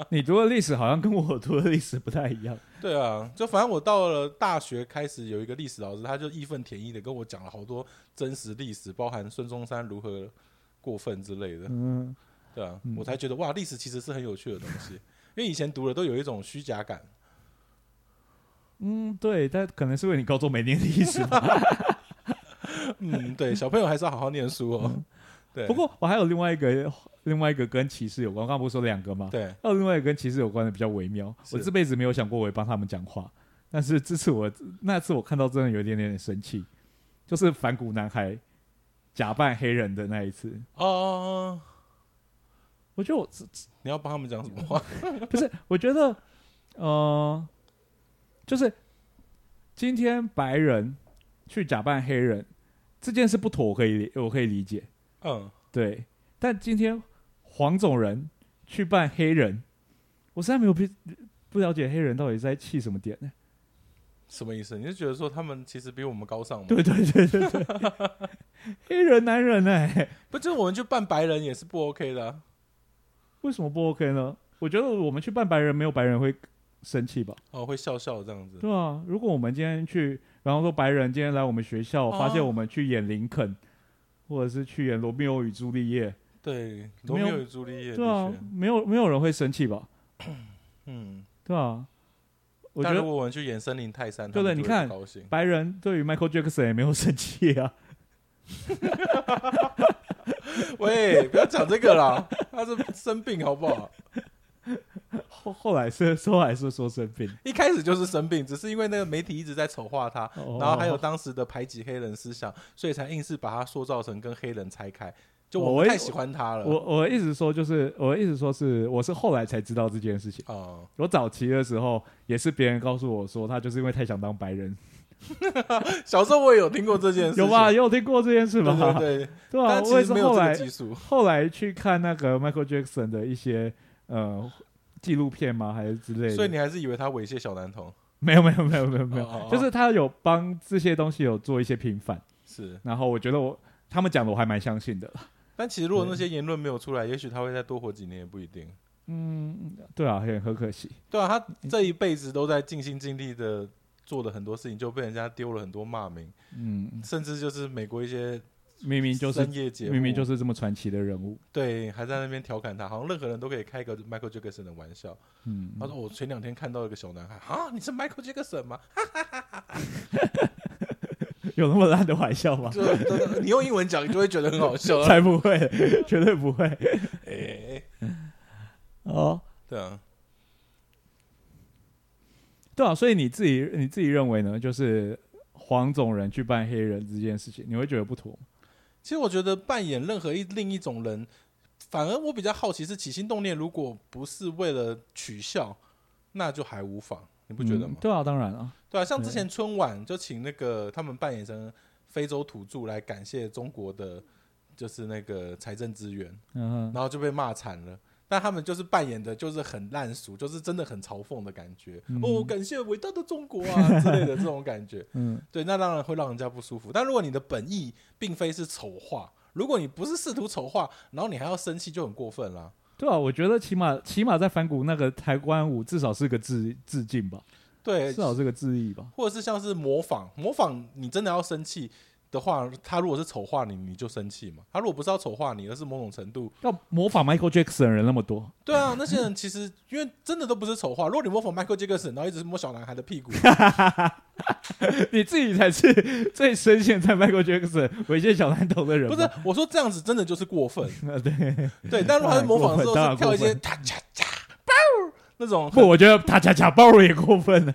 Speaker 1: 你读的历史好像跟我读的历史不太一样。
Speaker 2: 对啊，就反正我到了大学开始有一个历史老师，他就义愤填膺的跟我讲了好多真实历史，包含孙中山如何过分之类的。
Speaker 1: 嗯，
Speaker 2: 对啊，
Speaker 1: 嗯
Speaker 2: 我才觉得哇，历史其实是很有趣的东 西，因为以前读的都有一种虚假感。
Speaker 1: 嗯，对，但可能是因为你高中没念历史吧。
Speaker 2: 嗯嗯，对，小朋友还是要好好念书哦。对，
Speaker 1: 不过我还有另外一个另外一个跟歧视有关，我刚刚不是说两个吗？
Speaker 2: 对，
Speaker 1: 还有另外一个跟歧视有关的比较微妙，
Speaker 2: 是
Speaker 1: 我这辈子没有想过我会帮他们讲话，但是这次我那次我看到真的有一点点生气，就是反骨男孩假扮黑人的那一次，
Speaker 2: 哦，
Speaker 1: 我觉得我这
Speaker 2: 你要帮他们讲什么话？
Speaker 1: 不是，我觉得，呃，就是今天白人去假扮黑人这件事不妥，我可以理我可以理解，
Speaker 2: 嗯，
Speaker 1: 对。但今天黄种人去扮黑人，我实在没有不不了解黑人到底在气什么点呢？
Speaker 2: 什么意思？你是觉得说他们其实比我们高尚吗？
Speaker 1: 对对对对对， 黑人男人哎、
Speaker 2: 不就是我们去扮白人也是不 OK 的啊、
Speaker 1: 为什么不 OK 呢？我觉得我们去扮白人，没有白人会生气吧？
Speaker 2: 哦，会笑笑这样子。
Speaker 1: 对啊，如果我们今天去，然后说白人今天来我们学校，
Speaker 2: 哦
Speaker 1: 发现我们去演林肯，或者是去演罗密欧与朱丽叶，
Speaker 2: 对，罗
Speaker 1: 没
Speaker 2: 密
Speaker 1: 有
Speaker 2: 欧与朱丽叶，
Speaker 1: 对啊
Speaker 2: 的确，
Speaker 1: 没有没有人会生气吧？
Speaker 2: 嗯，
Speaker 1: 对啊，我觉
Speaker 2: 但如
Speaker 1: 得
Speaker 2: 果我们去演森林泰山，
Speaker 1: 对对
Speaker 2: 他们就
Speaker 1: 你看
Speaker 2: 会高兴。
Speaker 1: 白人对于 Michael Jackson 也没有生气啊，
Speaker 2: 喂，不要讲这个啦，他是生病好不好？
Speaker 1: 后后来是 说还是说生病，
Speaker 2: 一开始就是生病，只是因为那个媒体一直在丑化他，
Speaker 1: 哦
Speaker 2: 然后还有当时的排挤黑人思想，所以才硬是把他塑造成跟黑人拆开。就我
Speaker 1: 哦我
Speaker 2: 们
Speaker 1: 也
Speaker 2: 太喜欢他了，
Speaker 1: 我我一直说就是我一直说是我是后来才知道这件事情，
Speaker 2: 哦，
Speaker 1: 我早期的时候也是别人告诉我说他就是因为太想当白人，
Speaker 2: 小时候我也有听过这件事情，
Speaker 1: 有吧？有听过这件事吧？
Speaker 2: 对对对，
Speaker 1: 对啊，
Speaker 2: 但
Speaker 1: 我
Speaker 2: 其
Speaker 1: 也
Speaker 2: 实
Speaker 1: 是
Speaker 2: 没有
Speaker 1: 后
Speaker 2: 这
Speaker 1: 来
Speaker 2: 个技术。
Speaker 1: 后来去看那个 Michael Jackson 的一些呃纪录片吗？还是之类的？
Speaker 2: 所以你还是以为他猥亵小男童？
Speaker 1: 没有没有没有没有没有，
Speaker 2: 哦哦哦
Speaker 1: 就是他有帮这些东西有做一些平反，
Speaker 2: 是，
Speaker 1: 然后我觉得我他们讲的我还蛮相信的。
Speaker 2: 但其实如果那些言论没有出来，也许他会再多活几年也不一定。
Speaker 1: 嗯，对啊，很很可惜。
Speaker 2: 对啊，
Speaker 1: 嗯
Speaker 2: 他这一辈子都在尽心尽力的做了很多事情，就被人家丢了很多骂名，
Speaker 1: 嗯，
Speaker 2: 甚至就是美国一些
Speaker 1: 明明就是
Speaker 2: 深夜节目，啊
Speaker 1: 明明就是是这么传奇的人物。
Speaker 2: 对，还在那边调侃他，好像任何人都可以开个 Michael Jackson 的玩笑。
Speaker 1: 嗯，
Speaker 2: 他说：“我前两天看到一个小男孩，啊，你是 Michael Jackson 吗？
Speaker 1: 有那么烂的玩笑吗？。
Speaker 2: 就就你用英文讲，你就会觉得很好笑
Speaker 1: 才不会，绝对不会。
Speaker 2: 哎、哎
Speaker 1: 哦，
Speaker 2: 对啊，
Speaker 1: 对啊，所以你自己你自己认为呢？就是黄种人去扮黑人这件事情，你会觉得不妥吗？
Speaker 2: 其实我觉得扮演任何一另一种人，反而我比较好奇是起心动念，如果不是为了取笑，那就还无妨，你不觉得吗？
Speaker 1: 嗯对啊，当然啊。
Speaker 2: 对啊，像
Speaker 1: 对
Speaker 2: 之前春晚就请那个他们扮演成非洲土著来感谢中国的，就是那个财政资源，
Speaker 1: 嗯哼，
Speaker 2: 然后就被骂惨了。但他们就是扮演的，就是很烂俗，就是真的很嘲讽的感觉。
Speaker 1: 嗯
Speaker 2: 哦，感谢伟大的中国 啊之类的这种感觉。
Speaker 1: 嗯，
Speaker 2: 对，那当然会让人家不舒服。但如果你的本意并非是丑化，如果你不是试图丑化，然后你还要生气，就很过分啦。
Speaker 1: 对啊，我觉得起码起码在反骨那个台湾舞至少是个致致敬吧，
Speaker 2: 对
Speaker 1: 至，少是个啊致意吧。
Speaker 2: 或者是像是模仿，模仿你真的要生气的话，他如果是丑化你，你就生气嘛。他如果不是要丑化你，而是某种程度，
Speaker 1: 要模仿 Michael Jackson 的人那么多，
Speaker 2: 对啊，那些人其实因为真的都不是丑化。如果你模仿 Michael Jackson，然后一直摸小男孩的屁股，
Speaker 1: 你自己才是 最深陷在 Michael Jackson 猥亵小男童的人
Speaker 2: 不
Speaker 1: 吧。
Speaker 2: 是我说这样子真的就是过分。
Speaker 1: 啊，对，
Speaker 2: 对，但如果他是模仿的时候
Speaker 1: 当然
Speaker 2: 是
Speaker 1: 过
Speaker 2: 跳
Speaker 1: 分
Speaker 2: 一些啪嚓嚓啵那种
Speaker 1: 不，我觉得他假假暴露也过分了。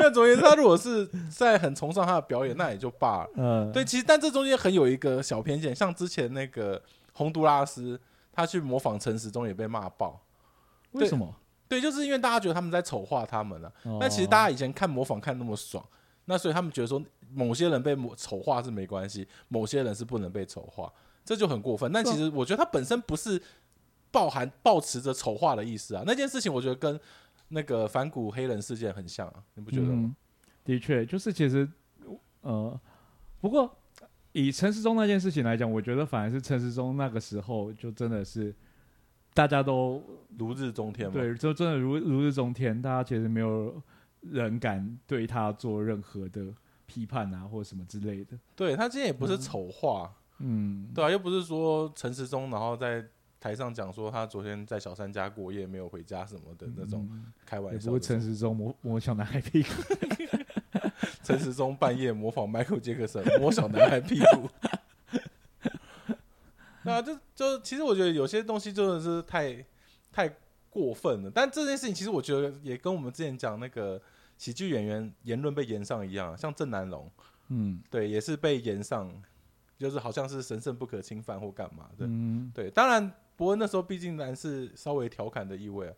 Speaker 2: 那总而言之，他如果是在很崇尚他的表演，那也就罢了。
Speaker 1: 嗯，
Speaker 2: 对，其实但这中间很有一个小偏见，像之前那个洪都拉斯，他去模仿陈时中也被骂爆。
Speaker 1: 为什么？
Speaker 2: 对，就是因为大家觉得他们在丑化他们啊。
Speaker 1: 哦
Speaker 2: 那其实大家以前看模仿看那么爽，那所以他们觉得说某些人被模丑化是没关系，某些人是不能被丑化，这就很过分。但
Speaker 1: 对啊
Speaker 2: 其实我觉得他本身不是抱含抱持着丑化的意思啊。那件事情我觉得跟那个反骨黑人事件很像啊，你不觉得吗？
Speaker 1: 嗯、的确，就是其实，呃，不过以陈世忠那件事情来讲，我觉得反而是陈世忠那个时候就真的是大家都
Speaker 2: 如日中天嘛。
Speaker 1: 对，就真的如如日中天，大家其实没有人敢对他做任何的批判啊，或者什么之类的。
Speaker 2: 对他今天也不是丑化，
Speaker 1: 嗯，
Speaker 2: 对啊，又不是说陈时中然后在台上讲说他昨天在小三家过夜没有回家什么的那种
Speaker 1: 嗯
Speaker 2: 开玩
Speaker 1: 也
Speaker 2: 笑
Speaker 1: 不是
Speaker 2: 的事。
Speaker 1: 陈世忠摸摸小男孩屁 股，
Speaker 2: 陈时 中半夜模仿 Michael Jackson 摸小男孩屁股，对啊，就就其实我觉得有些东西真的是太太过分了，但这件事情其实我觉得也跟我们之前讲那个喜剧演员言论被延上一样，啊像郑南龙，
Speaker 1: 嗯
Speaker 2: 对，也是被延上，就是好像是神圣不可侵犯或干嘛的，
Speaker 1: 嗯，
Speaker 2: 对，当然伯恩那时候毕竟然是稍微调侃的意味啊，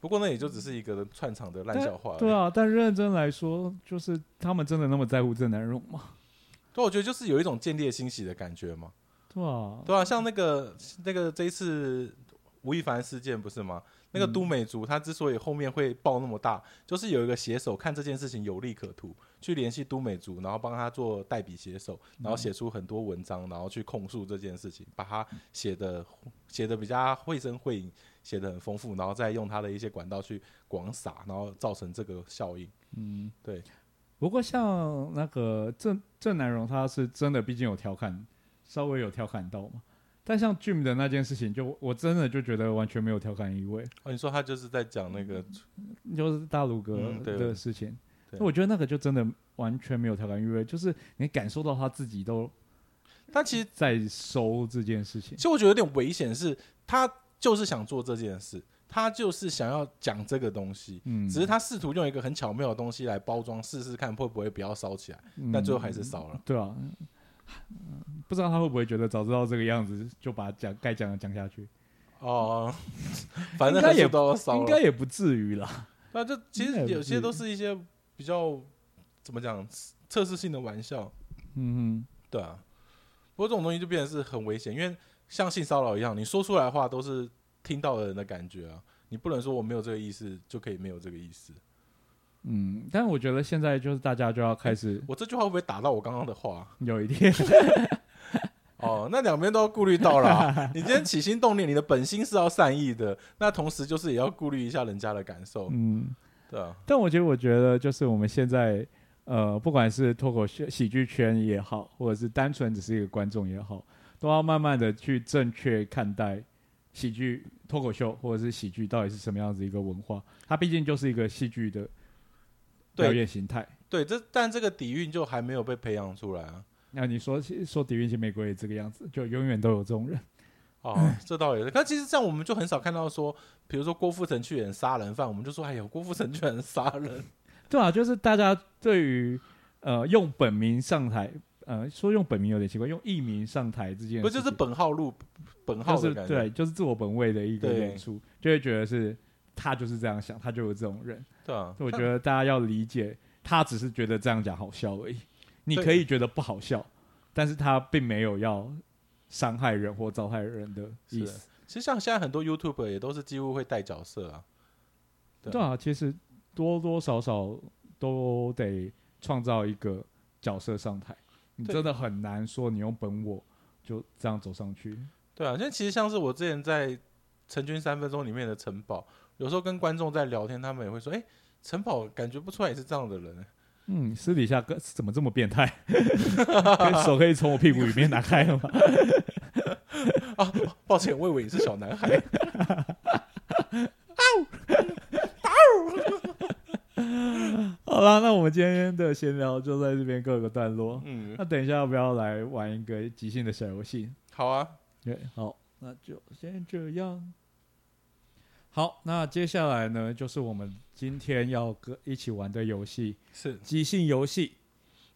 Speaker 2: 不过那也就只是一个串场的烂笑话，
Speaker 1: 对，啊，但认真来说，就是他们真的那么在乎郑南榕吗？
Speaker 2: 对，我觉得就是有一种见猎欣喜的感觉嘛，
Speaker 1: 对啊，
Speaker 2: 对啊，像那个那个这一次吴亦凡事件不是吗？那个
Speaker 1: 嗯
Speaker 2: 都美竹，他之所以后面会爆那么大，就是有一个写手看这件事情有利可图，去联系都美竹，然后帮他做代笔写手，然后写出很多文章，然后去控诉这件事情，把他写的写的比较绘声绘影，写的很丰富，然后再用他的一些管道去广撒，然后造成这个效应。
Speaker 1: 嗯，
Speaker 2: 对。
Speaker 1: 不过像那个郑郑南榕，他是真的，毕竟有调侃，稍微有调侃到嘛。但像 Jim 的那件事情就，我真的就觉得完全没有调侃意味，
Speaker 2: 哦，你说他就是在讲那个，
Speaker 1: 就是大鲁格
Speaker 2: 嗯对
Speaker 1: 的事情。
Speaker 2: 对
Speaker 1: 我觉得那个就真的完全没有调侃意味，就是你感受到他自己都
Speaker 2: 但其实
Speaker 1: 在收这件事情
Speaker 2: 其。实我觉得有点危险，是他就是想做这件事，他就是想要讲这个东西，
Speaker 1: 嗯，
Speaker 2: 只是他试图用一个很巧妙的东西来包装，试试看会不会不要烧起来，
Speaker 1: 嗯
Speaker 2: 但最后还是烧了。
Speaker 1: 对啊、嗯不知道他会不会觉得早知道这个样子就把讲该讲的讲下去，
Speaker 2: 哦， 反正
Speaker 1: 应该
Speaker 2: 还
Speaker 1: 也
Speaker 2: 是都要烧
Speaker 1: 应
Speaker 2: 了
Speaker 1: 该。也不至于啦。
Speaker 2: 那就其
Speaker 1: 应该
Speaker 2: 实
Speaker 1: 也不
Speaker 2: 有
Speaker 1: 至
Speaker 2: 些
Speaker 1: 于
Speaker 2: 都是一些比较怎么讲测试性的玩笑，
Speaker 1: 嗯
Speaker 2: 对啊。不过这种东西就变得是很危险，因为像性骚扰一样，你说出来的话都是听到的人的感觉啊，你不能说我没有这个意思就可以没有这个意思。
Speaker 1: 哼嗯，但我觉得现在就是大家就要开始
Speaker 2: 我这句话会不会打到我刚刚的话？
Speaker 1: 有一 天，
Speaker 2: 哦，那两边都要顾虑 到啦。你今天起心动念，你的本心是要善意的，那同时就是也要顾虑一下人家的感受，
Speaker 1: 嗯，
Speaker 2: 对啊，
Speaker 1: 但我觉得我觉得就是我们现在呃，不管是脱口秀喜剧圈也好，或者是单纯只是一个观众也好，都要慢慢的去正确看待喜剧脱口秀或者是喜剧到底是什么样子一个文化。它毕竟就是一个戏剧的
Speaker 2: 对
Speaker 1: 表演形态。
Speaker 2: 对，这但这个底蕴就还没有被培养出来啊。
Speaker 1: 那你说说底蕴型美国也这个样子，就永远都有这种人。 嗯
Speaker 2: 哦，这倒也是。但其实这样我们就很少看到说，比如说郭富城去演杀人犯，我们就说，哎呦，郭富城居然杀人，
Speaker 1: 对啊，就是大家对于呃用本名上台，呃说用本名有点奇怪，用艺名上台这件事情，
Speaker 2: 不就是本号入本号
Speaker 1: 就
Speaker 2: 的
Speaker 1: 是
Speaker 2: 感觉？
Speaker 1: 对，就是自我本位的一个
Speaker 2: 对
Speaker 1: 演出，就会觉得是他就是这样想，他就有这种人。
Speaker 2: 对啊，
Speaker 1: 所以我觉得大家要理解，他只是觉得这样讲好笑而已。你可以觉得不好笑，但是他并没有要伤害人或糟害人的意思。
Speaker 2: 其实像现在很多 YouTube 也都是几乎会带角色啊。对
Speaker 1: 对啊，其实多多少少都得创造一个角色上台，你
Speaker 2: 对
Speaker 1: 真的很难说你用本我就这样走上去。
Speaker 2: 对啊，因为其实像是我之前在《陈军三分钟》里面的城堡，有时候跟观众在聊天，他们也会说：“哎、城堡感觉不出来也是这样的人。
Speaker 1: 嗯，私底下跟怎么这么变态？跟手可以从我屁股里面拿开了吗？”
Speaker 2: 啊抱歉，我以为你是小 男孩。
Speaker 1: 好啦，那我们今天的闲聊就在这边各个段落。
Speaker 2: 嗯，
Speaker 1: 那等一下要不要来玩一个即兴的小游戏？
Speaker 2: 好啊，
Speaker 1: 对，好，那就先这样。好，那接下来呢，就是我们今天要跟一起玩的游戏
Speaker 2: 是
Speaker 1: ——即兴游戏。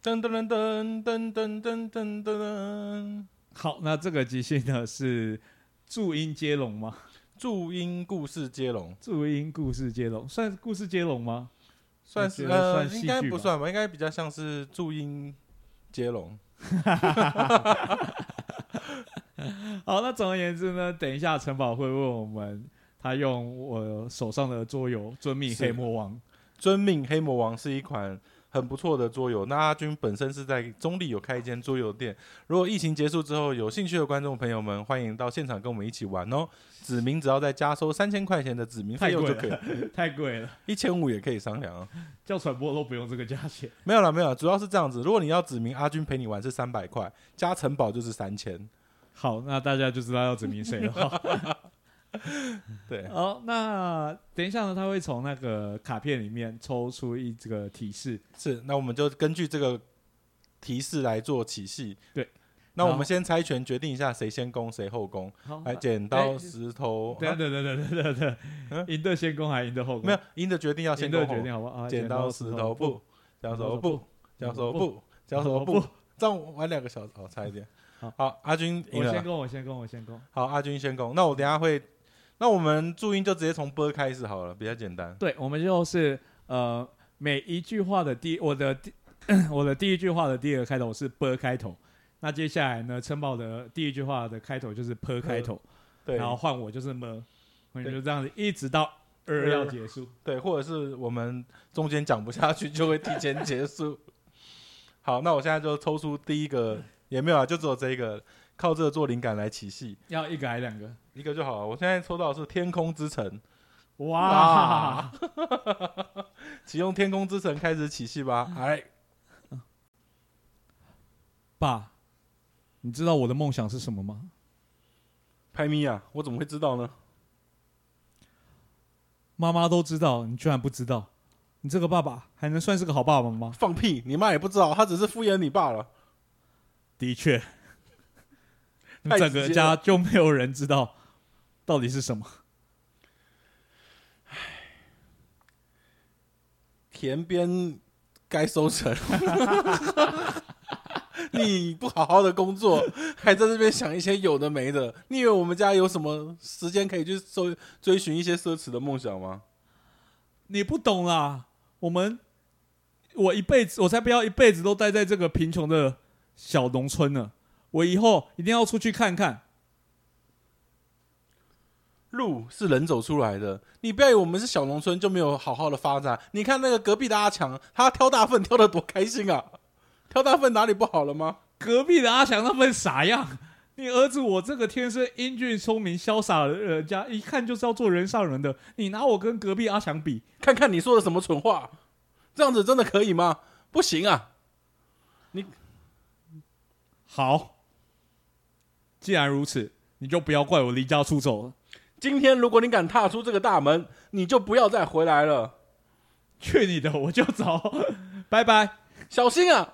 Speaker 2: 噔噔噔噔噔噔噔噔噔，
Speaker 1: 好，那这个即兴呢是注音接龙吗？
Speaker 2: 注音故事接龙
Speaker 1: 注音故事接龙算是故事接龙吗？
Speaker 2: 算是
Speaker 1: 你觉得
Speaker 2: 呃，
Speaker 1: 算戏
Speaker 2: 应该
Speaker 1: 剧
Speaker 2: 不
Speaker 1: 吧
Speaker 2: 算吧，应该比较像是注音接龙。
Speaker 1: 好，那总而言之呢，等一下城堡会问我们，他用我手上的桌游《遵命
Speaker 2: 是
Speaker 1: 黑魔王》
Speaker 2: 《遵命黑魔王》是一款很不错的桌游。那阿军本身是在中立有开一间桌游店，如果疫情结束之后有兴趣的观众朋友们，欢迎到现场跟我们一起玩哦。指名只要再加收三千块钱的指名费用就可以，
Speaker 1: 太贵了，
Speaker 2: 一千五也可以商量、啊。
Speaker 1: 叫传播都不用这个价钱。
Speaker 2: 没有了，没有啦，主要是这样子。如果你要指名阿军陪你玩是三百块，加城堡就是三千。
Speaker 1: 好，那大家就知道要指明谁了哈。
Speaker 2: 对，
Speaker 1: 好，那等一下呢，他会从那个卡片里面抽出一这个提示，
Speaker 2: 是。那我们就根据这个提示来做起戏。
Speaker 1: 对。
Speaker 2: 那我
Speaker 1: 好
Speaker 2: 们先猜拳决定一下谁先攻谁后攻，
Speaker 1: 好，啊
Speaker 2: 来剪刀石头，
Speaker 1: 哦哎等一下等等等等等
Speaker 2: 嗯
Speaker 1: 等，赢得先攻还赢得后攻？
Speaker 2: 没有赢的决定要先
Speaker 1: 赢
Speaker 2: 攻
Speaker 1: 得
Speaker 2: 后
Speaker 1: 决定好不好？啊
Speaker 2: 剪刀石头布，，
Speaker 1: 剪
Speaker 2: 剪
Speaker 1: 刀石
Speaker 2: 刀石头
Speaker 1: 头
Speaker 2: 布，剪
Speaker 1: 嗯
Speaker 2: 刀石头布，剪刀石头
Speaker 1: 剪刀
Speaker 2: 布
Speaker 1: 石头，
Speaker 2: 这样玩两个小时，哦，差一点
Speaker 1: 好。
Speaker 2: 好，阿军赢
Speaker 1: 我
Speaker 2: 了
Speaker 1: 先
Speaker 2: 啦。嗯
Speaker 1: 攻，我先攻，我先攻。
Speaker 2: 好，阿军先攻。那我等一下会，那我们注音就直接从波开始好了，比较简单。
Speaker 1: 对，我们就是呃，每一句话的第我的第 我的第一句话的第二个开头是 b 开头，那接下来呢，撑爆的第一句话的开头就是 p 开头，
Speaker 2: 对，
Speaker 1: 然后换我就是 m，我们
Speaker 2: 对
Speaker 1: 就这样子一直到二要结束。
Speaker 2: 对，或者是我们中间讲不下去，就会提前结束。 好，那我现在就抽出第一个，也没有啊，就只有这一个，靠这个做灵感来起戏，
Speaker 1: 要一个还是两个？
Speaker 2: 一个就好了。我现在抽到的是《天空之城》，
Speaker 1: 哇！
Speaker 2: 启用《天空之城》开始起戏 吧。哎，
Speaker 1: 爸，你知道我的梦想是什么吗？
Speaker 2: 拍咪啊，我怎么会知道呢？
Speaker 1: 妈妈都知道，你居然不知道，你这个爸爸还能算是个好爸爸吗？
Speaker 2: 放屁，你妈也不知道，她只是敷衍你罢了。
Speaker 1: 的 确，你
Speaker 2: 太
Speaker 1: 整
Speaker 2: 直
Speaker 1: 个
Speaker 2: 接
Speaker 1: 家就没有人知道到底是什么。
Speaker 2: 田边该收成， 你不好好的工作，还在这边想一些有的没的，你以为我们家有什么时间可以去追追寻一些奢侈的梦想吗？
Speaker 1: 你不懂啦，我们我一辈子，我才不要一辈子都待在这个贫穷的小农村呢。我以后一定要出去看看。
Speaker 2: 路是人走出来的，你不要以为我们是小农村就没有好好的发展。你看那个隔壁的阿强，他挑大粪挑的多开心啊！挑大粪哪里不好了吗？
Speaker 1: 隔壁的阿强那份傻样，你儿子我这个天生英俊、聪明、潇洒的人家，一看就是要做人上人的。你拿我跟隔壁阿强比，
Speaker 2: 看看你说的什么蠢话，这样子真的可以吗？不行啊！
Speaker 1: 好。既然如此，你就不要怪我离家出走了。
Speaker 2: 今天如果你敢踏出这个大门，你就不要再回来了，
Speaker 1: 去你的，我就走， 拜拜。
Speaker 2: 小心啊！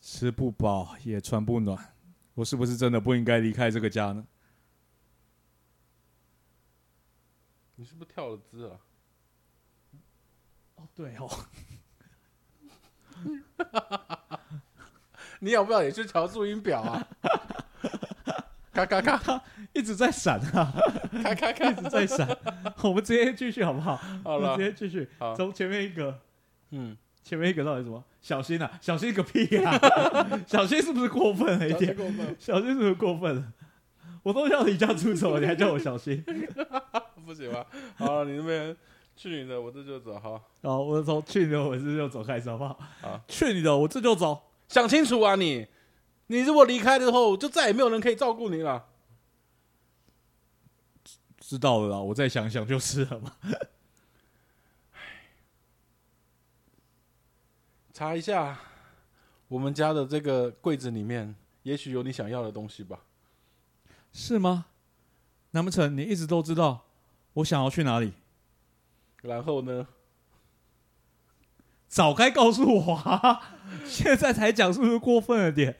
Speaker 1: 吃不饱也穿不暖，我是不是真的不应该离开这个家呢？
Speaker 2: 你是不是跳了字啊？
Speaker 1: 哦，对哦，
Speaker 2: 你要不要也去调注音表 啊？咔咔咔
Speaker 1: 一直在闪啊，
Speaker 2: 咔咔
Speaker 1: 一
Speaker 2: 咔！
Speaker 1: 直在闪。 我们直接继续好不好？
Speaker 2: 好
Speaker 1: 我
Speaker 2: 了
Speaker 1: 们，直接继续
Speaker 2: 好，
Speaker 1: 从前面一个，
Speaker 2: 嗯，
Speaker 1: 前面一个到底是什么？小心啊，小心个屁 啊！小心是不是过分了一点？
Speaker 2: 过分，
Speaker 1: 小心是不是过分了？我都要离家出走了，你还叫我小心？
Speaker 2: 不行吧？好了，你那边去你的，我这就走。好，
Speaker 1: 好，我从去年我这就走开始好不好？
Speaker 2: 好
Speaker 1: 去你的，我这就走。
Speaker 2: 想清楚啊你！你如果离开之后，就再也没有人可以照顾你了。
Speaker 1: 知道了啦，我再想想就是了嘛。
Speaker 2: 查一下我们家的这个柜子里面，也许有你想要的东西吧。
Speaker 1: 是吗？难不成你一直都知道我想要去哪里？
Speaker 2: 然后呢？
Speaker 1: 早该告诉我啊！ 现在才讲是不是过分了点？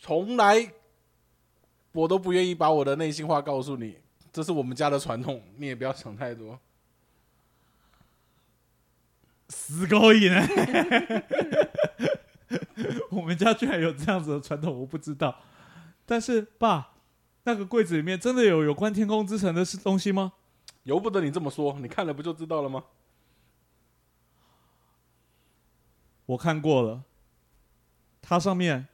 Speaker 2: 从来我都不愿意把我的内心话告诉你，这是我们家的传统，你也不要想太多。
Speaker 1: 死勾引呢、 我们家居然有这样子的传统，我不知道。但是爸，那个柜子里面真的有有关天空之城的东西吗？
Speaker 2: 由不得你这么说，你看了不就知道了吗？
Speaker 1: 我看过了，它上面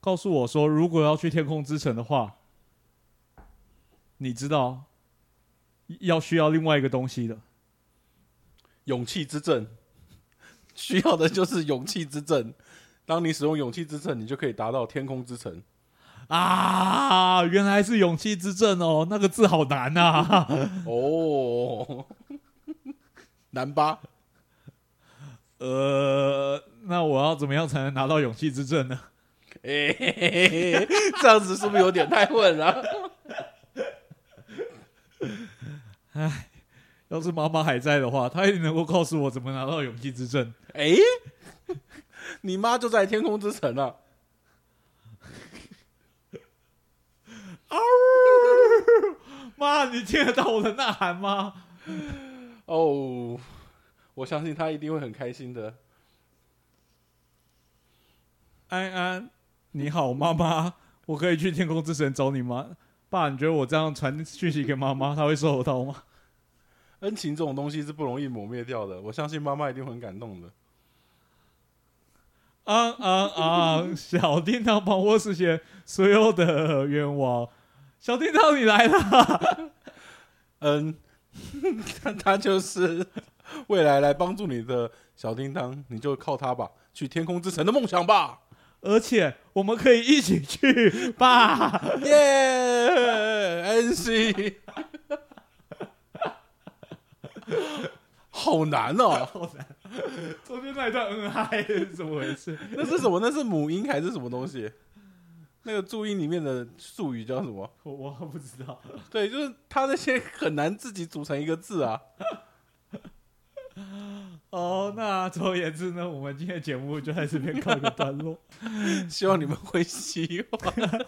Speaker 1: 告诉我说，如果要去天空之城的话，你知道要需要另外一个东西的。
Speaker 2: 勇气之证， 需要的就是勇气之证。当你使用勇气之证，你就可以达到天空之城。
Speaker 1: 啊，原来是勇气之证哦，那个字好难啊。
Speaker 2: 哦， 难吧？
Speaker 1: 呃，那我要怎么样才能拿到勇气之证呢？
Speaker 2: 哎、嘿嘿嘿这样子是不是有点太混了？
Speaker 1: 要是妈妈还在的话，她一定能够告诉我怎么拿到勇气之证。
Speaker 2: 哎、 你妈就在天空之城啊！
Speaker 1: 妈，你听得到我的呐喊吗？
Speaker 2: 哦，我相信她一定会很开心的。
Speaker 1: 安安，你好，妈妈，我可以去天空之城找你吗？爸，你觉得我这样传讯息给妈妈，她会收得到吗？
Speaker 2: 恩情这种东西是不容易抹灭掉的，我相信妈妈一定会很感动的。
Speaker 1: 啊啊啊！小叮当帮我实现所有的愿望。小叮当，你来了！
Speaker 2: 嗯，他他就是未来来帮助你的小叮当，你就靠他吧，去天空之城的梦想吧，
Speaker 1: 而且我们可以一起去吧。
Speaker 2: 耶、恩熙，好难哦，
Speaker 1: 中间那一段嗯嗨是怎么回事？
Speaker 2: 那是什么？那是母音还是什么东西？那个注音里面的术语叫什么？
Speaker 1: 我我不知道。
Speaker 2: 对，就是他那些很难自己组成一个字啊。
Speaker 1: 哦，那总而言之呢，我们今天的节目就在这边告一个段落。
Speaker 2: 希望你们会喜欢。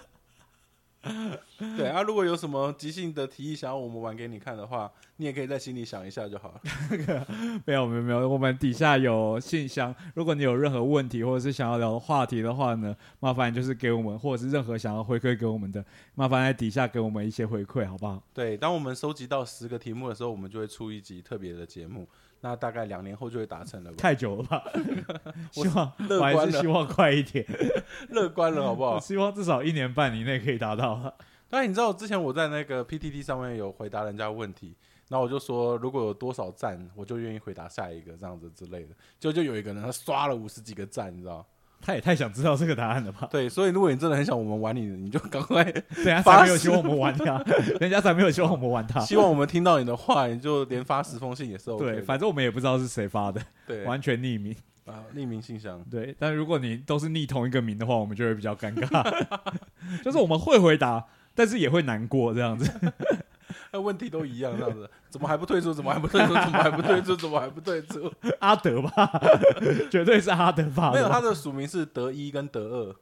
Speaker 2: 对啊，如果有什么即兴的提议想要我们玩给你看的话，你也可以在心里想一下就好了。
Speaker 1: 没有没有没有，我们底下有信箱，如果你有任何问题或者是想要聊的话题的话呢，麻烦就是给我们，或者是任何想要回馈给我们的，麻烦在底下给我们一些回馈，好不好？
Speaker 2: 对，当我们收集到十个题目的时候，我们就会出一集特别的节目。那大概两年后就会达成了吧？
Speaker 1: 太久了吧？ 希望
Speaker 2: 乐
Speaker 1: 我还
Speaker 2: 观
Speaker 1: 是
Speaker 2: 了
Speaker 1: 希望快一 点，
Speaker 2: 乐观了，好不
Speaker 1: 我
Speaker 2: 好？
Speaker 1: 希望至少一年半以内可以达到。
Speaker 2: 当然，你知道之前我在那个 PTT 上面有回答人家问题，然后我就说如果有多少赞，我就愿意回答下一个这样子之类的。就就有一个人他刷了五十几个赞，你知道？
Speaker 1: 他也太想知道这个答案了 吧？
Speaker 2: 对，所以如果你真的很想我们玩你，你就赶快
Speaker 1: 人家才没有希望我们玩他，人家才没有希望我们玩 他。
Speaker 2: 希望我们听到你的话，你就连发十封信也是 OK
Speaker 1: 对，
Speaker 2: 的。
Speaker 1: 反正我们也不知道是谁发的，
Speaker 2: 对
Speaker 1: 完全匿名。
Speaker 2: 啊，匿名信 箱。
Speaker 1: 对，但如果你都是匿同一个名的话，我们就会比较尴尬。 就是我们会回答，但是也会难过这样子。
Speaker 2: 那问题都一样，这样子，怎么还不退出？怎么还不退出？怎么还不退 出？怎么还不退出？
Speaker 1: 阿德吧， 绝对是阿德吧？
Speaker 2: 没有，他的署名是德一跟德二，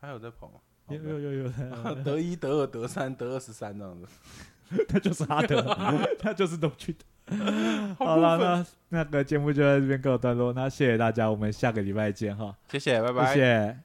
Speaker 2: 还有在跑吗？
Speaker 1: 有有有有，
Speaker 2: 好德一、德二、德三、德二十三这样子。
Speaker 1: 他就是阿 德，他就是东区的。好
Speaker 2: 过
Speaker 1: 了，
Speaker 2: 分
Speaker 1: 那那个节目就在这边告一段落，那谢谢大家，我们下个礼拜见哈，
Speaker 2: 谢谢，拜拜。
Speaker 1: 谢谢。